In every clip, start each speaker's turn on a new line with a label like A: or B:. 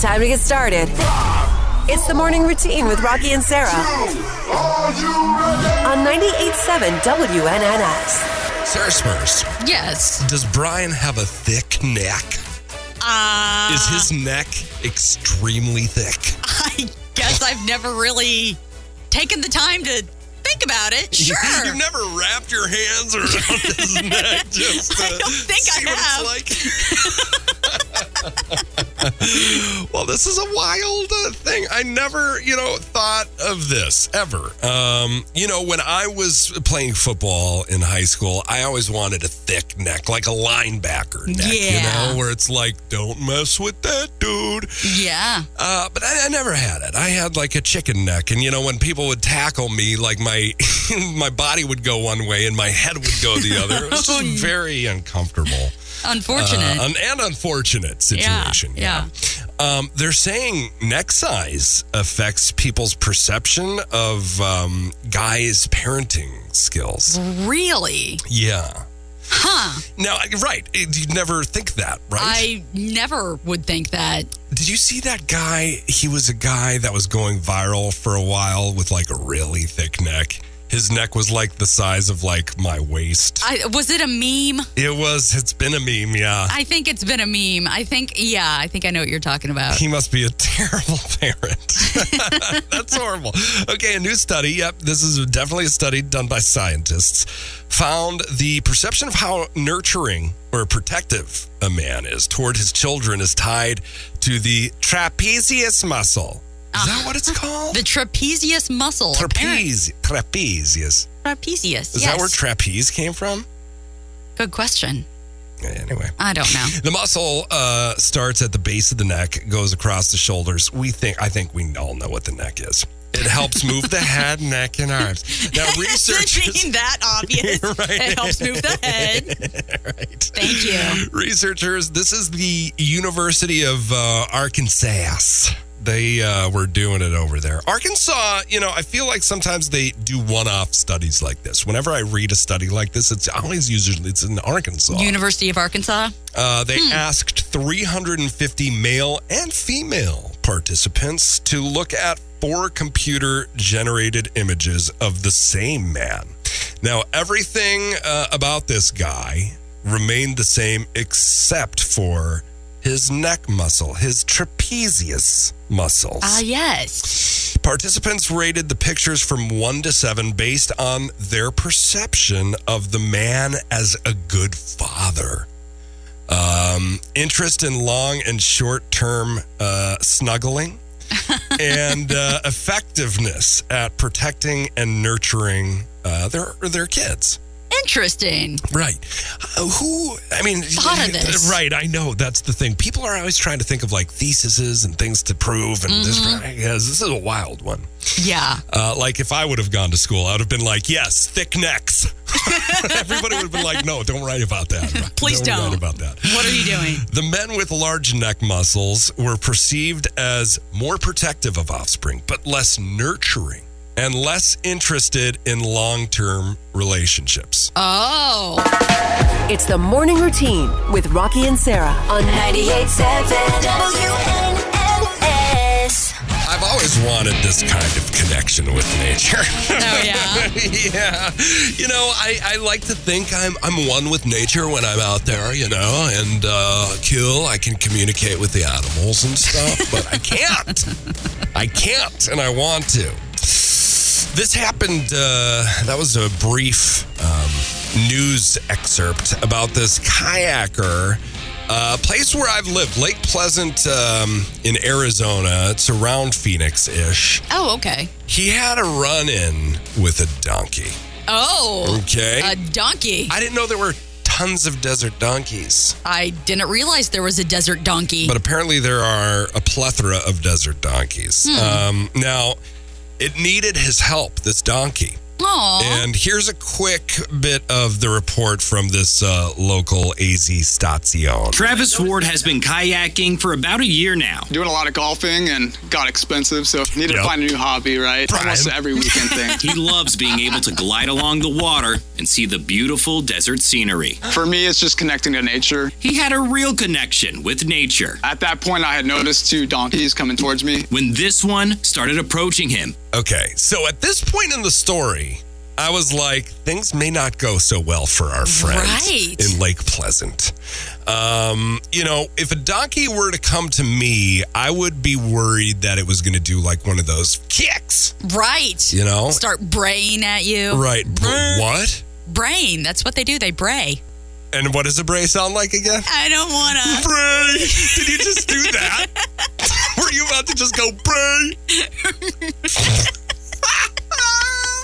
A: Time to get started. It's the morning routine with Rocky and Sarah on 98.7 WNNS.
B: Sarah Smurfs,
C: Yes.
B: does Brian have a thick neck?
C: Uh,
B: Is his neck extremely thick?
C: I guess I've never really taken the time to think about it. Sure.
B: You've never wrapped your hands around his neck just to
C: I don't think
B: see
C: I
B: what it's like. well, this is a wild uh, thing. I never, you know, thought of this ever. Um, you know, when I was playing football in high school, I always wanted a thick neck, like a linebacker neck,
C: Yeah.
B: you know, where it's like, don't mess with that dude.
C: yeah.
B: Uh, but I, I never had it. I had like a chicken neck, and you know when people would tackle me, like my my body would go one way and my head would go the other. It was
C: Oh,
B: just very uncomfortable
C: Unfortunate.
B: uh, un- and unfortunate situation.
C: Yeah,
B: Um, they're saying neck size affects people's perception of um, guys' parenting skills.
C: really?
B: Yeah.
C: Huh.
B: Now, right? You'd never think that, right?
C: I never would think that.
B: Did you see that guy? He was a guy that was going viral for a while with like a really thick neck. His neck was like the size of like my waist.
C: I was it a meme?
B: It was, it's been a meme, yeah.
C: I think it's been a meme. I think yeah, I think I know what you're talking about.
B: He must be a terrible parent. That's horrible. Okay, a new study. Yep, this is definitely a study done by scientists. Found the perception of how nurturing or protective a man is toward his children is tied to the trapezius muscle. Is that what it's called?
C: Ah. The trapezius muscle. apparent-
B: Trapeze. Trapeze, yes.
C: Trapezius.
B: Is
C: yes.
B: that where trapeze came from?
C: Good question.
B: Anyway.
C: I don't know.
B: The muscle uh, starts at the base of the neck, goes across the shoulders. We think, I think we all know what the neck is. It helps move the head, neck, and arms. Now,
C: Does it
B: researchers,
C: mean that obvious? It helps move the head. Thank you.
B: researchers, this is the University of uh, Arkansas. They uh, were doing it over there. Arkansas, you know, I feel like sometimes they do one-off studies like this. Whenever I read a study like this, it's always usually it's in Arkansas.
C: University of Arkansas.
B: Uh, they asked 350 male and female participants to look at four computer generated images of the same man. Now, everything uh, about this guy remained the same except for his neck muscle, his trapezius muscles.
C: Ah, yes.
B: Participants rated the pictures from one to seven based on their perception of the man as a good father. Um, interest in long and short term uh, snuggling and uh, effectiveness at protecting and nurturing uh, their their kids.
C: Interesting.
B: Right. Uh, who, I mean,
C: Thought of this.
B: right. I know that's the thing. People are always trying to think of like theses and things to prove. And this,
C: Mm-hmm.
B: this is a wild one.
C: Yeah.
B: Uh, like if I would have gone to school, I would have been like, "Yes, thick necks." Everybody would have been like, "No, don't write about that.
C: Please
B: write
C: don't.
B: about that."
C: What are you doing?
B: The men with large neck muscles were perceived as more protective of offspring, but less nurturing and less interested in long-term relationships.
C: Oh.
A: It's the morning routine with Rocky and Sarah on 98.7 WNNS.
B: I've always wanted this kind of connection with nature.
C: Oh, yeah.
B: yeah. You know, I, I like to think I'm I'm one with nature when I'm out there, you know, and uh, kill. I can communicate with the animals and stuff, but I can't. I can't, and I want to. This happened, uh, that was a brief um, news excerpt about this kayaker. A place where I've lived, Lake Pleasant um, in Arizona. It's around Phoenix ish.
C: Oh, okay.
B: He had a run in with a donkey.
C: Oh.
B: Okay.
C: A donkey.
B: I didn't know there were tons of desert donkeys,
C: I didn't realize there was a desert donkey.
B: but apparently there are a plethora of desert donkeys. Um, now, it needed his help, this donkey.
C: Aw.
B: And here's a quick bit of the report from this uh, local AZ station.
D: Travis Ward has been kayaking for about a year now.
E: doing a lot of golfing and got expensive, so needed
B: Yeah.
E: to find a new hobby, right?
B: Brian.
E: Almost every weekend thing.
D: He loves being able to glide along the water and see the beautiful desert scenery.
E: For me, it's just connecting to nature.
D: He had a real connection with nature
E: At that point, I had noticed two donkeys coming towards me.
D: when this one started approaching him.
B: Okay, so at this point in the story, I was like, things may not go so well for our friend
C: Right.
B: in Lake Pleasant. Um, you know, if a donkey were to come to me, I would be worried that it was going to do like one of those kicks,
C: Right.
B: you know?
C: Start braying at you.
B: Right. br-
C: Brr.
B: What?
C: Brain. That's what they do. They bray.
B: And what does a bray sound like again?
C: I don't want
B: Bray! Did you just do that? Were you about to just go bray?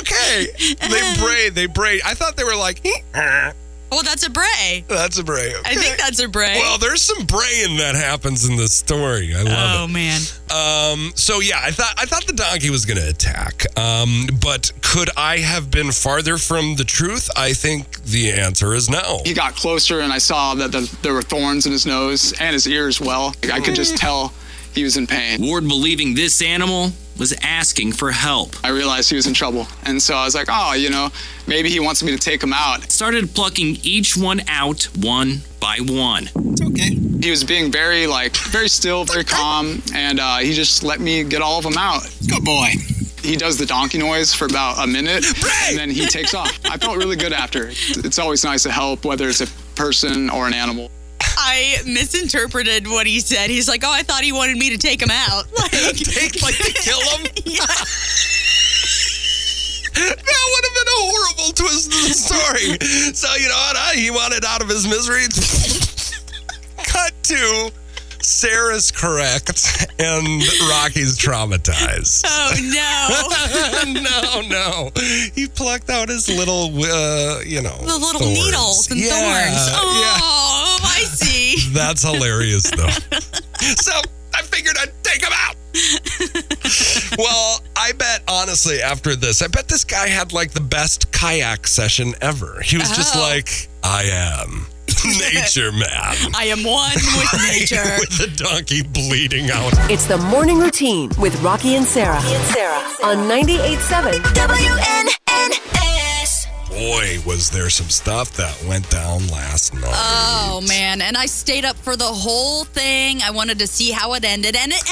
B: okay.
C: Um,
B: They bray, they bray. I thought they were like, "Eh,
C: to. Well, that's a bray.
B: that's a bray.
C: I think that's a bray.
B: Well, there's some braying that happens in this story. I love it.
C: oh, man.
B: Um, so yeah, I thought I thought the donkey was going to attack. Um, but could I have been farther from the truth? I think the answer is no.
E: He got closer, and I saw that the, there were thorns in his nose and his ear as well. I could just tell he was in pain.
D: Ward, believing this animal was asking for help,
E: I realized he was in trouble. And so I was like, oh, you know, maybe he wants me to take him out.
D: started plucking each one out one by one.
E: He was being very, like, very still, very calm, and uh, he just let me get all of them out. Good boy. He does the donkey noise for about a minute, and then he takes off. I felt really good after. It's always nice to help, whether it's a person or an animal.
C: I misinterpreted what he said. He's like, oh, I thought he wanted me to take him out. Like,
B: Take like to kill him.
C: yeah.
B: That would have been a horrible twist to the story. so you know what? I, he wanted out of his misery. Cut to Sarah's correct and Rocky's traumatized.
C: Oh, no.
B: no, no. He plucked out his little, uh, you know,
C: The little
B: thorns.
C: needles and
B: Yeah,
C: thorns.
B: yeah.
C: Oh, I see.
B: That's hilarious, though. so I figured I'd take him out. well, I bet, honestly, after this, I bet this guy had like the best kayak session ever. He was just
C: Oh.
B: like, I am nature man.
C: I am one with nature.
B: With the donkey bleeding out.
A: It's the morning routine with Rocky and Sarah. On 98.7
F: WNNS.
B: Boy, was there some stuff that went down last night.
C: Oh man, and I stayed up for the whole thing. I wanted to see how it ended, and it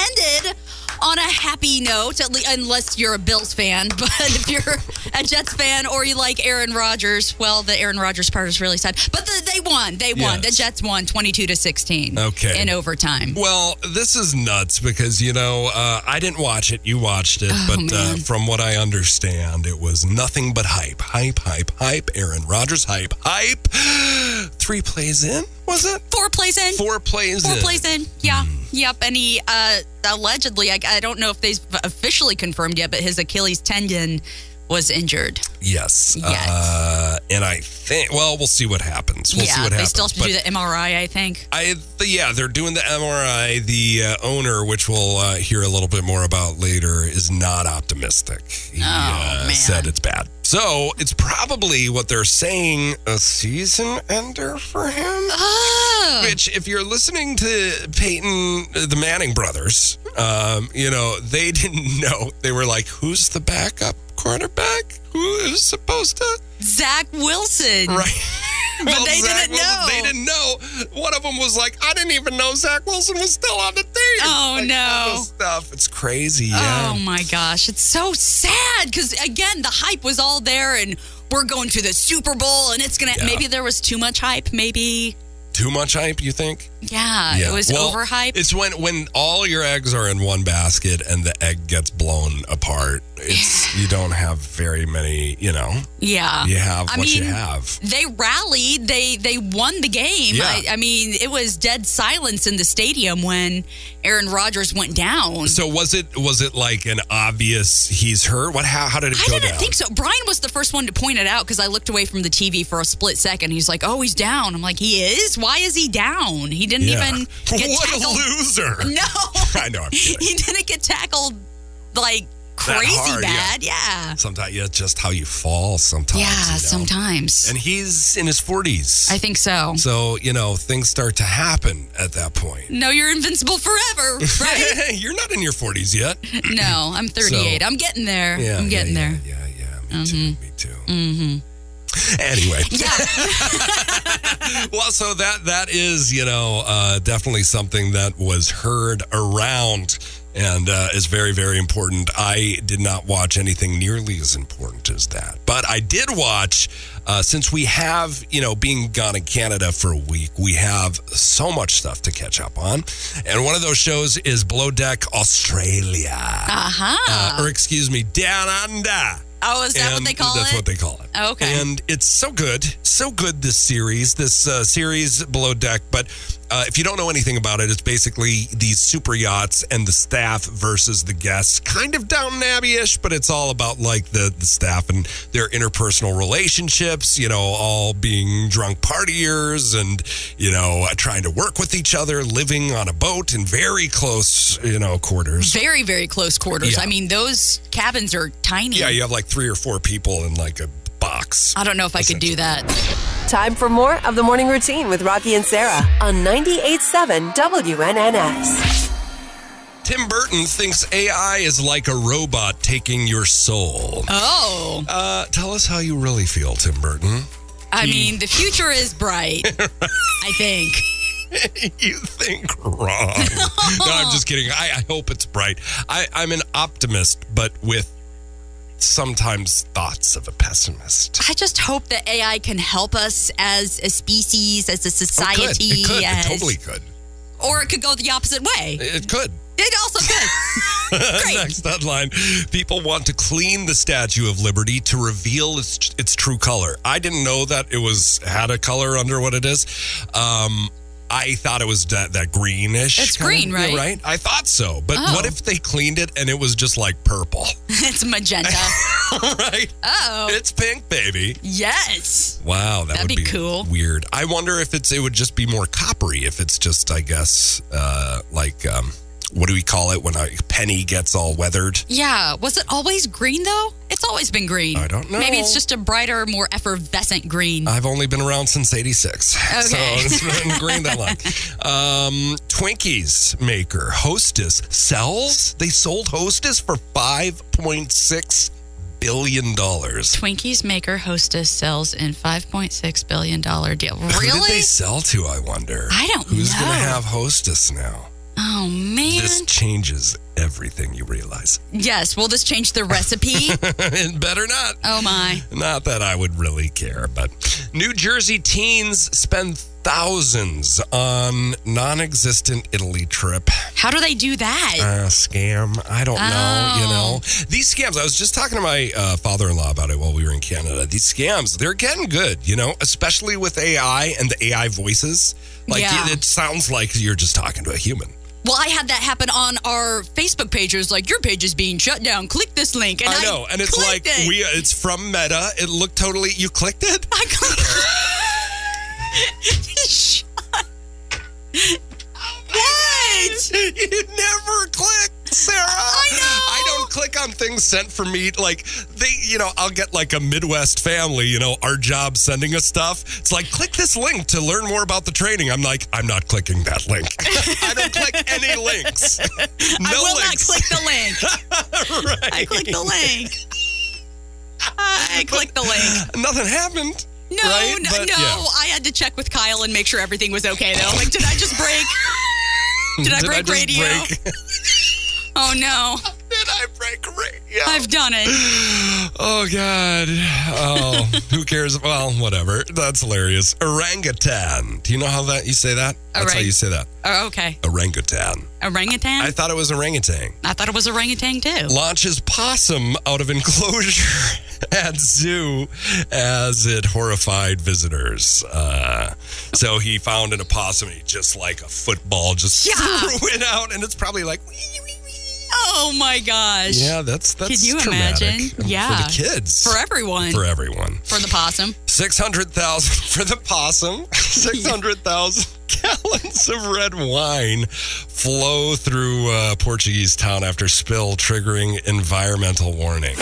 C: ended on a happy note. At least, unless you're a Bills fan, but if you're a Jets fan or you like Aaron Rodgers, well, the Aaron Rodgers part is really sad. But the, they won. They won.
B: Yes.
C: The Jets won, twenty-two to sixteen.
B: Okay.
C: in overtime.
B: Well, this is nuts because you know uh, I didn't watch it. You watched
C: Oh,
B: it, but uh, from what I understand, it was nothing but hype, hype, hype, hype. Aaron Rodgers, hype, hype. Three plays in, was it?
C: Four plays in.
B: Four plays
C: Four
B: in. Hmm.
C: plays in. Yeah. Yep. And he uh, allegedly, I, I don't know if they've officially confirmed yet, but his Achilles tendon was injured.
B: Yes.
C: Yes.
B: Uh, and I think. Well, we'll see what happens. We'll
C: yeah.
B: see what
C: they
B: happens.
C: still have to
B: But
C: do the MRI, I think.
B: I, the, yeah, they're doing the MRI. The uh, owner, which we'll uh, hear a little bit more about later, is not optimistic. He uh,
C: man.
B: said it's bad. So it's probably what they're saying a season ender for him.
C: Oh,
B: Which, if you're listening to Peyton, uh, the Manning brothers, um, you know, they didn't know. They were like, who's the backup quarterback? Who is supposed to?
C: Zach Wilson.
B: Right. But
C: they didn't know.
B: They didn't know. One of them was like, I didn't even know Zach Wilson was still on the team.
C: Oh,
B: Like,
C: no.
B: all this stuff. It's crazy.
C: Oh
B: Yeah.
C: my gosh, it's so sad because again, the hype was all there, and we're going to the Super Bowl, and it's gonna.
B: Yeah.
C: Maybe there was too much hype. Maybe
B: Too much hype, you think?
C: yeah, it was
B: Well,
C: overhyped.
B: It's when when all your eggs are in one basket and the egg gets blown apart. It's you don't have very many, you know.
C: yeah,
B: You have
C: Uh, I
B: what you
C: mean,
B: have.
C: they rallied. They they won the game.
B: Yeah.
C: I, I mean, it was dead silence in the stadium when Aaron Rodgers went down.
B: So was it was it like an obvious he's hurt? What how, how did it
C: I
B: go
C: didn't
B: down?
C: think so. Brian was the first one to point it out because I looked away from the TV for a split second. He's like, "Oh, he's down." I'm like, "He is? Why is he down? He didn't
B: Yeah.
C: even get
B: What
C: tackled.
B: a loser.
C: No,
B: I know. I'm kidding.
C: he didn't get tackled like crazy
B: hard, yeah. Oh,
C: bad. Yeah.
B: Sometimes, yeah, just how you fall sometimes.
C: Yeah,
B: you know?
C: sometimes.
B: And he's in his 40s.
C: I think so.
B: so, you know, things start to happen at that point.
C: No, you're invincible forever, right?
B: You're not in your 40s yet.
C: no, I'm 38.
B: So-
C: I'm getting there. I'm getting
B: yeah,
C: there. Mm-hmm.
B: Yeah, yeah, yeah. Me too. Me too. Mm-hmm. Anyway,
C: Yeah.
B: well, so that that is, you know, uh, definitely something that was heard around and uh, is very, very important. I did not watch anything nearly as important as that, but I did watch. Uh, since we have, you know, being gone in Canada for a week, we have so much stuff to catch up on. And one of those shows is Below Deck Australia. Uh-huh. or, excuse me, Down Under.
C: oh, is that what
B: And
C: they call
B: that's
C: it? Oh,
B: what they call it.
C: Okay.
B: And it's so good, so good. This series, this uh, series below deck. But uh, if you don't know anything about it, it's basically these super yachts and the staff versus the guests, kind of Downton Abbey-ish, but it's all about like the the staff and their interpersonal relationships. You know, all being drunk partiers and you know uh, trying to work with each other, living on a boat in very close you know quarters.
C: very, very close quarters.
B: Yeah.
C: I mean, those cabins are tiny.
B: Yeah, you have like three or four people in like a box.
C: I don't know if I could do that.
A: Time for more of the morning routine with Rocky and Sarah on 98.7 WNNX.
B: Tim Burton thinks AI is like a robot taking your soul.
C: Oh,
B: Uh, tell us how you really feel, Tim Burton.
C: I
B: Hmm.
C: mean, the future is bright. I think.
B: you think wrong. no, I'm just kidding. I, I hope it's bright. I, I'm an optimist, but with sometimes thoughts of a pessimist.
C: I just hope that AI can help us as a species, as a
B: Oh, it
C: society,
B: could. It could.
C: as,
B: It totally could.
C: or it could go the opposite way.
B: It could.
C: It also could. Great.
B: Next headline People want to clean the Statue of Liberty to reveal its, its true color. I didn't know that it was had a color under what it is. Um, I thought it was that, that greenish.
C: It's
B: kind
C: green, right?
B: yeah, Right? I thought so. But
C: Oh.
B: what if they cleaned it and it was just like purple?
C: it's magenta.
B: right?
C: Oh,
B: It's pink, baby.
C: yes.
B: Wow, that
C: That'd
B: would
C: be cool.
B: Weird. I wonder if it's it would just be more coppery if it's just I guess uh like um what do we call it when a penny gets all weathered?
C: Yeah. Was it always green though? It's always been green.
B: I don't know. Uh,
C: Maybe it's just a brighter, more effervescent green.
B: I've only been around since 86. So
C: Okay.
B: it's been green that long. Um, Twinkies maker Hostess sells. They sold Hostess for $5.6 billion. Who
C: Twinkies maker hostess sells in $5.6 billion deal.
B: did
C: Really?
B: they sell to, I wonder?
C: I don't
B: Who's going to
C: know.
B: have Hostess now?
C: Oh, man.
B: This changes everything you realize.
C: yes. Will this change the recipe?
B: it better not.
C: oh, my.
B: Not that I would really care, but New Jersey teens spend thousands on non existent Italy trip.
C: How do they do that?
B: uh, scam. I don't know. You
C: Oh.
B: know these scams. I was just talking to my uh, father-in-law about it while we were in Canada. These scams, they're getting good. You know, especially with AI and the AI voices. Like
C: Yeah.
B: it, it sounds like you're just talking to a human.
C: Well, I had that happen on our Facebook page. It was like, your page is being shut down. Click this link. And I,
B: I know, and it's like
C: clicked it.
B: we. It's from Meta. It looked totally. You clicked it.
C: I clicked it. what?
B: you never click, Sarah. I know. I don't click on things sent for me. Like they, you know, I'll get like a Midwest family. You know, our job sending us stuff. It's like click this link to learn more about the training. I'm like, I'm not clicking that link. I don't click any links. No
C: I will
B: links.
C: not click the link. I
B: right.
C: clicked the link. I clicked the link.
B: Nothing happened.
C: No,
B: right?
C: no,
B: But,
C: no.
B: yeah.
C: I had to check with Kyle and make sure everything was okay, though. Like, did I just break? Did I
B: Did I
C: break
B: just
C: radio?
B: break?
C: Oh, no.
B: Did I break radio?
C: I've done it.
B: Oh God! Oh, who cares? Well, whatever. That's hilarious. Orangutan. Do you know how that you say that? That's how
C: Orang-
B: you say that.
C: Oh, okay.
B: Orangutan.
C: Orangutan?
B: I thought it was orangutan.
C: I thought it was orangutan, too.
B: Launches possum out of enclosure at zoo as it horrified visitors. Uh, so he found an opossum. He just like a football, just
C: Yeah.
B: threw it out, and it's probably like. "Wee, wee, wee."
C: Oh my gosh.
B: Yeah, that's that's
C: Can you
B: traumatic
C: imagine?
B: for
C: Yeah.
B: the kids
C: For everyone.
B: for everyone.
C: For the possum.
B: Six hundred thousand for the possum. Six hundred thousand gallons of red wine flow through uh, Portuguese town after spill, triggering environmental warning.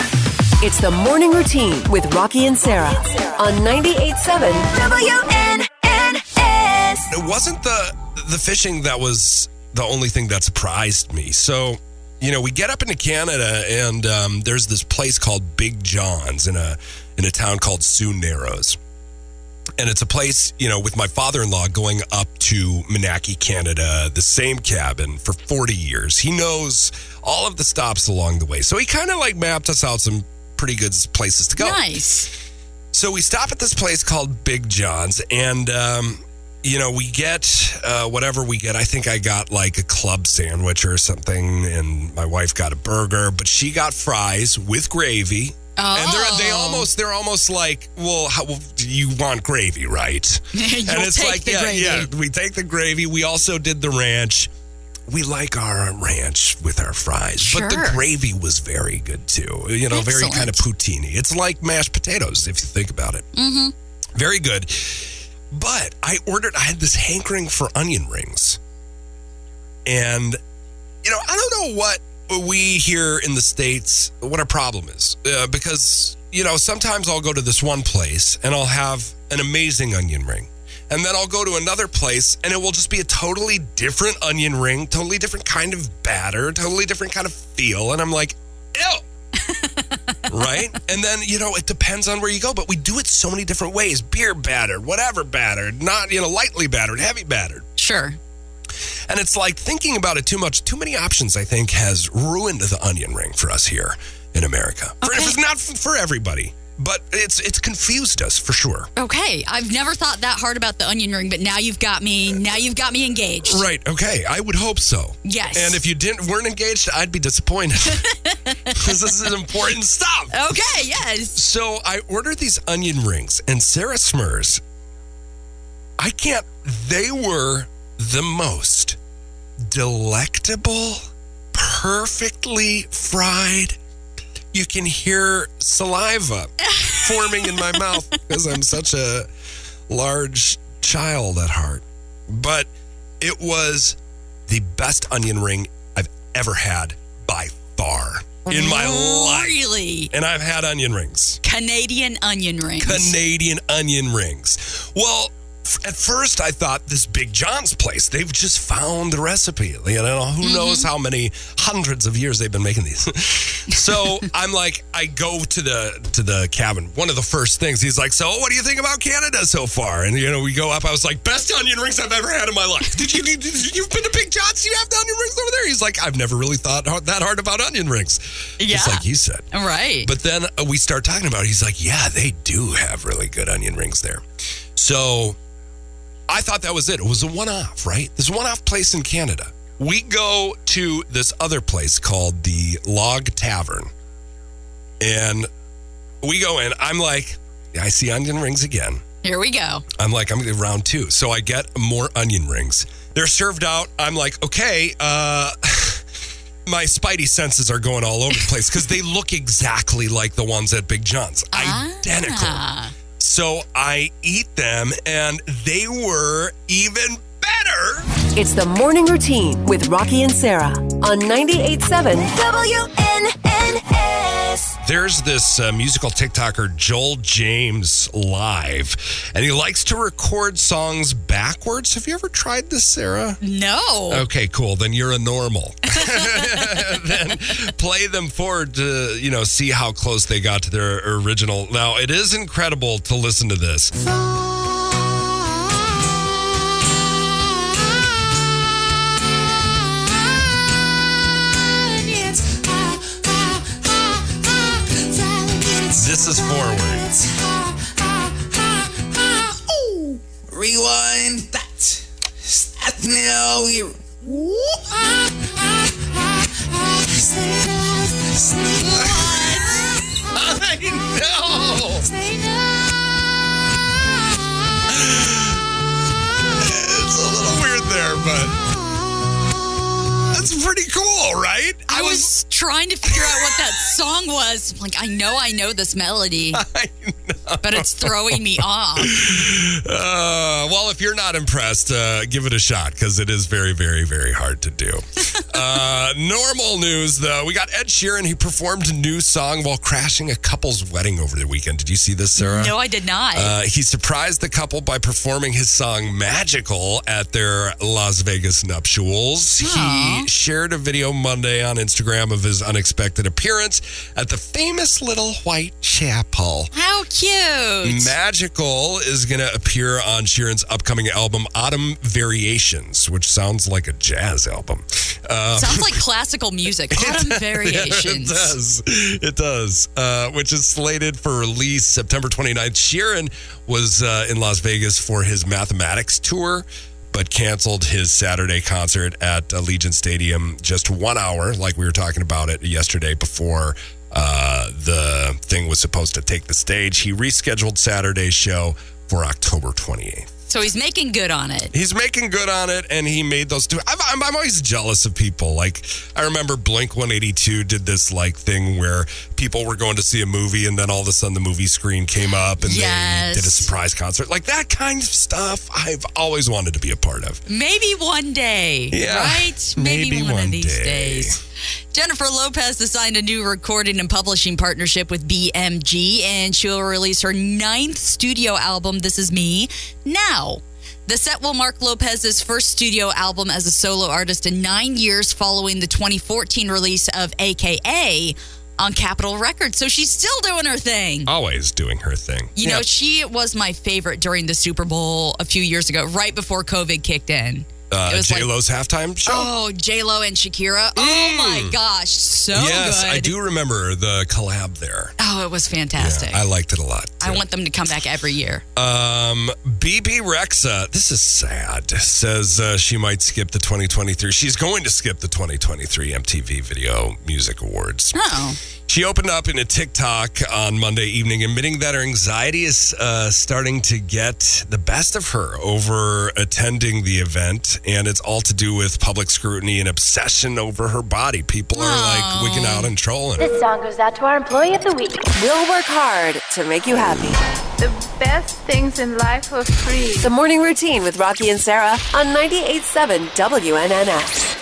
A: It's the morning routine with Rocky and Sarah on 98.7 WNNS.
B: it wasn't the the fishing that was the only thing that surprised me. So, you know, we get up into Canada and um, there's this place called Big John's in a in a town called Sioux Narrows. And it's a place, you know, with my father in law going up to Manaki, Canada, the same cabin for 40 years. He knows all of the stops along the way. So he kind of like mapped us out some pretty good places to go.
C: Nice.
B: So we stop at this place called Big John's, and um, you know we get uh, whatever we get. I think I got like a club sandwich or something, and my wife got a burger, but she got fries with gravy.
C: Oh.
B: And they're they almost they're almost like well, how, well you want gravy right?
C: You'll
B: and it's
C: take
B: like
C: the
B: yeah
C: gravy.
B: yeah we take the gravy. We also did the ranch. We like our ranch with our fries, but the
C: Sure.
B: gravy was very good too. You know, very
C: Excellent.
B: kind of poutine. It's like mashed potatoes if you think about it. Mm-hmm. Very good. But I ordered. I had this hankering for onion rings, and you know, I don't know what we here in the states what our problem is uh, because you know sometimes I'll go to this one place and I'll have an amazing onion ring. And then I'll go to another place and it will just be a totally different onion ring, totally different kind of batter, totally different kind of feel. And I'm like, ew, right? And then, you know, it depends on where you go, but we do it so many different ways beer battered, whatever battered, not, you know, lightly battered, heavy battered.
C: Sure.
B: And it's like thinking about it too much, too many options, I think, has ruined the onion ring for us here in America. For,
C: Okay.
B: if it's not f- for everybody, but it's it's confused us for sure.
C: Okay. I've never thought that hard about the onion ring, but now you've got me. Now you've got me engaged.
B: Right. Okay. I would hope so.
C: Yes.
B: And if you didn't weren't engaged, I'd be disappointed. 'Cause this is important stuff.
C: Okay. Yes.
B: So I ordered these onion rings, and Sarah Smurs, I can't, they were the most delectable, perfectly fried. You can hear saliva forming in my mouth because I'm such a large child at heart. But it was the best onion ring I've ever had by far in my life.
C: Really?
B: And I've had onion rings.
C: Canadian onion rings.
B: Canadian onion rings. Well, f- at first I thought this Big John's place, they've just found the recipe. You know, who
C: Mm-hmm.
B: knows how many hundreds of years they've been making these. so I'm like, I go to the to the cabin. One of the first things he's like, So what do you think about Canada so far? And you know, we go up, I was like, best onion rings I've ever had in my life. Did you did, did- you've been to Big John's? Do you have the onion rings over there? He's like, I've never really thought hard- that hard about onion rings.
C: Yeah.
B: Just like you said.
C: right.
B: But then uh, we start talking about it. He's like, yeah, they do have really good onion rings there. So I thought that was it. It was a one off, right? This one off place in Canada. We go to this other place called the Log Tavern. And we go in. I'm like, I see onion rings again.
C: Here we go.
B: I'm like, I'm gonna do round two. So I get more onion rings. They're served out. I'm like, okay, uh, my spidey senses are going all over the place because they look exactly like the ones at Big John's. Identical.
C: Ah.
B: So I eat them and they were even better.
A: It's the morning routine with Rocky and Sarah on 98.7 WNNS.
B: There's this uh, musical TikToker, Joel James Live, and he likes to record songs backwards. Have you ever tried this, Sarah?
C: No.
B: Okay, cool. Then you're a normal. then play them forward to, you know, see how close they got to their original. Now, it is incredible to listen to this. This is forward.
F: Rewind that. Start now. Here.
B: I know. It's a little weird there, but that's pretty cool, right? I
C: I was trying to figure out what that song was. I'm Like, I know I know this melody, but it's throwing me off.
B: Uh, well, if you're not impressed, uh, give it a shot because it is very, very, very hard to do. uh, normal news, though, we got Ed Sheeran. He performed a new song while crashing a couple's wedding over the weekend. Did you see this, Sarah?
C: No, I did not.
B: Uh, he surprised the couple by performing his song Magical at their Las Vegas nuptials. He shared a video Monday on Instagram of his unexpected appearance at the famous Little White Chapel.
C: How cute.
B: Magical is going to appear on Sheeran's upcoming album, Autumn Variations, which sounds like a jazz album. Uh,
C: Sounds like classical music. Autumn
B: it
C: variations.
B: does. It does. Uh, which is slated for release September 29th. Sheeran was uh, in Las Vegas for his mathematics tour, but canceled his Saturday concert at Allegiant Stadium just one hour, like we were talking about it yesterday before uh, the thing was supposed to take the stage. He rescheduled Saturday's show for October 28th.
C: So he's making good on it.
B: He's making good on it, and he made those two. I'm, I'm, I'm always jealous of people. Like I remember Blink 182 did this like thing where people were going to see a movie, and then all of a sudden the movie screen came up, and they
C: Yes.
B: did a surprise concert. Like that kind of stuff, I've always wanted to be a part of.
C: Maybe one day,
B: Yeah,
C: right? Maybe,
B: maybe
C: one,
B: one
C: of these
B: day.
C: days. Jennifer Lopez has signed a new recording and publishing partnership with BMG, and she'll release her ninth studio album, This Is Me, now. The set will mark Lopez's first studio album as a solo artist in nine years following the 2014 release of AKA on Capitol Records. So she's still doing her thing.
B: Always doing her thing.
C: You know,
B: Oh, Yeah.
C: she was my favorite during the Super Bowl a few years ago, right before COVID kicked in. it
B: uh,
C: was like-
B: J Lo's halftime show.
C: Oh, J Lo and Shakira. Oh my gosh, so
B: Mm. yes,
C: good.
B: I do remember the collab there.
C: Oh, it was
B: Yeah,
C: fantastic.
B: I liked it a lot.
C: I want them to come back every year.
B: Um, BB Rexa, this is sad, says uh, she might skip the 2023. She's going to skip the 2023 MTV Video Music Awards.
C: Oh,
B: She opened up in a TikTok on Monday evening, admitting that her anxiety is uh, starting to get the best of her over attending the event. And it's all to do with public scrutiny and obsession over her body. People are like wigging out and trolling.
G: This song goes out to our employee of the week.
A: We'll work hard to make you happy.
H: The best things in life are free.
A: The morning routine with Rocky and Sarah on 98.7 WNNX.